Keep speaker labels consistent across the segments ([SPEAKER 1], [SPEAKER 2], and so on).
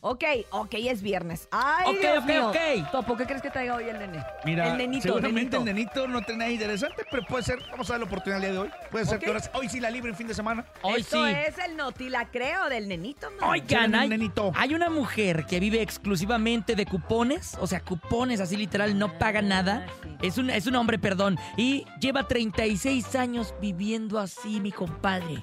[SPEAKER 1] Ok, ok, es viernes. Ay,
[SPEAKER 2] Ok,
[SPEAKER 1] Dios
[SPEAKER 2] ok,
[SPEAKER 1] mío.
[SPEAKER 2] ok.
[SPEAKER 1] Topo, ¿qué crees que traiga hoy el nene?
[SPEAKER 3] Mira,
[SPEAKER 1] el nenito, nenito.
[SPEAKER 3] seguramente el nenito no tiene nada interesante, pero puede ser, vamos a dar la oportunidad el día de hoy. Puede ser
[SPEAKER 1] Ok.
[SPEAKER 3] que ahora, sí- hoy sí la libre en fin de semana.
[SPEAKER 2] Hoy
[SPEAKER 1] Esto
[SPEAKER 2] sí.
[SPEAKER 1] es el notilacreo del nenito. man.
[SPEAKER 2] Oigan,
[SPEAKER 3] Tienen un
[SPEAKER 2] hay,
[SPEAKER 3] nenito.
[SPEAKER 2] hay una mujer que vive exclusivamente de cupones, o sea, cupones así literal, no paga nada.
[SPEAKER 1] Ah, sí.
[SPEAKER 2] Es un, es un hombre, perdón, y lleva 36 años viviendo así, mi compadre.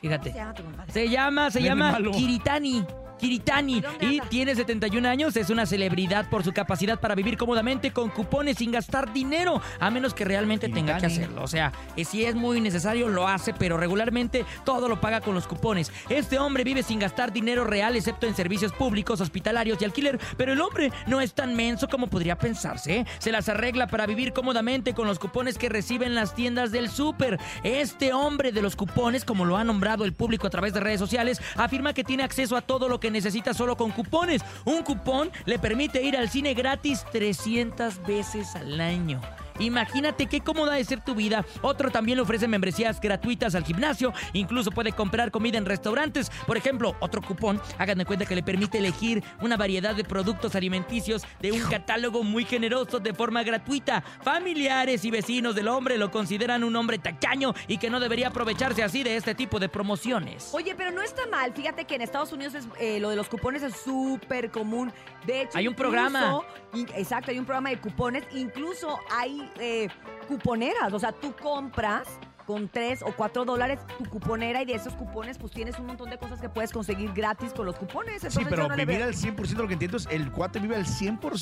[SPEAKER 2] Fíjate.
[SPEAKER 1] Se llama tu compadre.
[SPEAKER 2] Se llama, se
[SPEAKER 3] Nene
[SPEAKER 2] llama
[SPEAKER 3] malo.
[SPEAKER 2] Kiritani. Kiritani.
[SPEAKER 1] ¿Y dónde
[SPEAKER 2] Y
[SPEAKER 1] anda?
[SPEAKER 2] tiene 71 años, es una celebridad por su capacidad para vivir cómodamente con cupones sin gastar dinero, a menos que realmente tenga que
[SPEAKER 3] Kiritani.
[SPEAKER 2] hacerlo. O sea, eh, si es muy necesario, lo hace, pero regularmente todo lo paga con los cupones. Este hombre vive sin gastar dinero real, excepto en servicios públicos, hospitalarios y alquiler, pero el hombre no es tan menso como podría pensarse. ¿eh? Se las arregla para vivir cómodamente con los cupones que reciben las tiendas del súper. Este hombre de los cupones, como lo ha nombrado el público a través de redes sociales, afirma que tiene acceso a todo lo que necesita solo con cupones. Un cupón le permite ir al cine gratis 300 veces al año. Imagínate qué cómoda de ser tu vida. Otro también le ofrece membresías gratuitas al gimnasio. Incluso puede comprar comida en restaurantes. Por ejemplo, otro cupón, hagan de cuenta que le permite elegir una variedad de productos alimenticios de un catálogo muy generoso de forma gratuita. Familiares y vecinos del hombre lo consideran un hombre tacaño y que no debería aprovecharse así de este tipo de promociones.
[SPEAKER 1] Oye, pero no está mal. Fíjate que en Estados Unidos es, eh, lo de los cupones es súper común. De hecho,
[SPEAKER 2] Hay un
[SPEAKER 1] incluso-
[SPEAKER 2] programa.
[SPEAKER 1] in- exacto, hay un programa de cupones. Incluso hay eh, cuponeras. O sea, tú compras con tres o cuatro dólares tu cuponera y de esos cupones pues tienes un montón de cosas que puedes conseguir gratis con los cupones.
[SPEAKER 3] Sí,
[SPEAKER 1] Entonces, yo
[SPEAKER 3] pero
[SPEAKER 1] no le
[SPEAKER 3] vivir
[SPEAKER 1] veo-
[SPEAKER 3] al 100%, lo que entiendo es el cuate vive al 100%.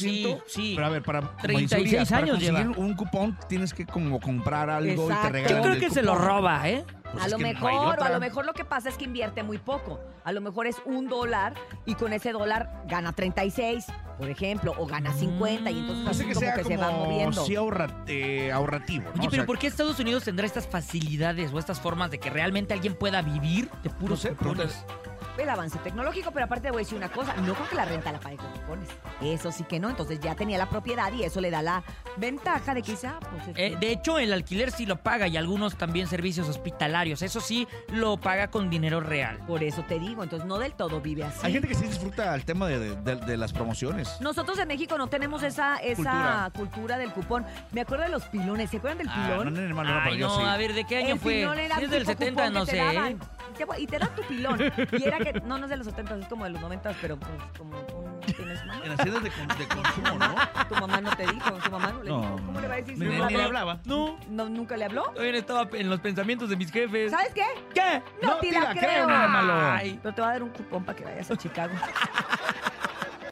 [SPEAKER 2] Sí, sí.
[SPEAKER 3] Pero a ver, para, como dice
[SPEAKER 2] 36
[SPEAKER 3] Urias, para
[SPEAKER 2] años lleva.
[SPEAKER 3] conseguir un cupón tienes que como comprar algo y
[SPEAKER 1] Exacto.
[SPEAKER 3] te regalan
[SPEAKER 2] Yo creo
[SPEAKER 3] el
[SPEAKER 2] que se lo
[SPEAKER 3] cupón.
[SPEAKER 2] roba, ¿eh?
[SPEAKER 3] Pues
[SPEAKER 1] a
[SPEAKER 3] es
[SPEAKER 1] lo
[SPEAKER 3] que no hay
[SPEAKER 1] mejor, o
[SPEAKER 3] otra.
[SPEAKER 1] a lo mejor lo que pasa es que invierte muy poco. A lo mejor es un dólar y con ese dólar gana 36, por ejemplo, o gana 50 y entonces
[SPEAKER 2] No
[SPEAKER 3] Así
[SPEAKER 1] así
[SPEAKER 3] que
[SPEAKER 1] como
[SPEAKER 3] sea
[SPEAKER 1] que
[SPEAKER 3] como
[SPEAKER 1] se va moviendo.
[SPEAKER 3] sí ahorra- eh, ahorrativo, ¿no?
[SPEAKER 2] Oye,
[SPEAKER 3] O
[SPEAKER 2] pero
[SPEAKER 3] sea,
[SPEAKER 2] ¿por qué Estados Unidos tendrá estas facilidades o estas formas de que realmente alguien pueda vivir de
[SPEAKER 3] no
[SPEAKER 2] puros
[SPEAKER 3] sé,
[SPEAKER 2] cupones?
[SPEAKER 3] preguntas.
[SPEAKER 1] El avance tecnológico, pero aparte voy a decir una cosa, no creo que la renta la pague con cupones. Eso sí que no, entonces ya tenía la propiedad y eso le da la ventaja de que quizá, pues... este,
[SPEAKER 2] Eh, de hecho, el alquiler sí lo paga y algunos también servicios hospitalarios. Eso sí, lo paga con dinero real.
[SPEAKER 1] Por eso te digo, entonces no del todo vive así.
[SPEAKER 3] Hay gente que sí disfruta el tema de, de- de- de las promociones.
[SPEAKER 1] Nosotros en México no tenemos esa, esa cultura. del cupón. Me acuerdo de los pilones, ¿se acuerdan del
[SPEAKER 3] Ah,
[SPEAKER 1] pilón?
[SPEAKER 3] no, no, hermano, no, pero
[SPEAKER 2] Ay,
[SPEAKER 3] yo
[SPEAKER 2] no,
[SPEAKER 3] sí.
[SPEAKER 2] a ver, ¿de qué año
[SPEAKER 1] El
[SPEAKER 2] fue?
[SPEAKER 1] pilón era
[SPEAKER 2] Si
[SPEAKER 1] un
[SPEAKER 2] es del
[SPEAKER 1] tipo
[SPEAKER 2] 70,
[SPEAKER 1] cupón que
[SPEAKER 2] no
[SPEAKER 1] te
[SPEAKER 2] sé.
[SPEAKER 1] daban.
[SPEAKER 2] ¿eh?
[SPEAKER 1] Y te- Y te dan tu pilón. Y era que, no, no es de los 70, es como de los 90, pero pues como un- tienes mamá.
[SPEAKER 3] En las tiendas de, con- de consumo, ¿no?
[SPEAKER 1] Tu mamá no te dijo, tu mamá no le
[SPEAKER 3] No.
[SPEAKER 1] dijo. ¿Cómo le va a decir? si
[SPEAKER 3] Ni-
[SPEAKER 1] no
[SPEAKER 3] ni
[SPEAKER 1] la
[SPEAKER 3] le
[SPEAKER 1] ve?
[SPEAKER 3] hablaba.
[SPEAKER 2] No,
[SPEAKER 1] No, ¿Nunca le habló?
[SPEAKER 2] todavía no estaba en los pensamientos de mis jefes.
[SPEAKER 1] ¿Sabes qué?
[SPEAKER 2] ¿Qué?
[SPEAKER 1] No, te la creo.
[SPEAKER 3] nada malo.
[SPEAKER 2] Ay.
[SPEAKER 1] Pero te va a dar un cupón para que vayas a Chicago.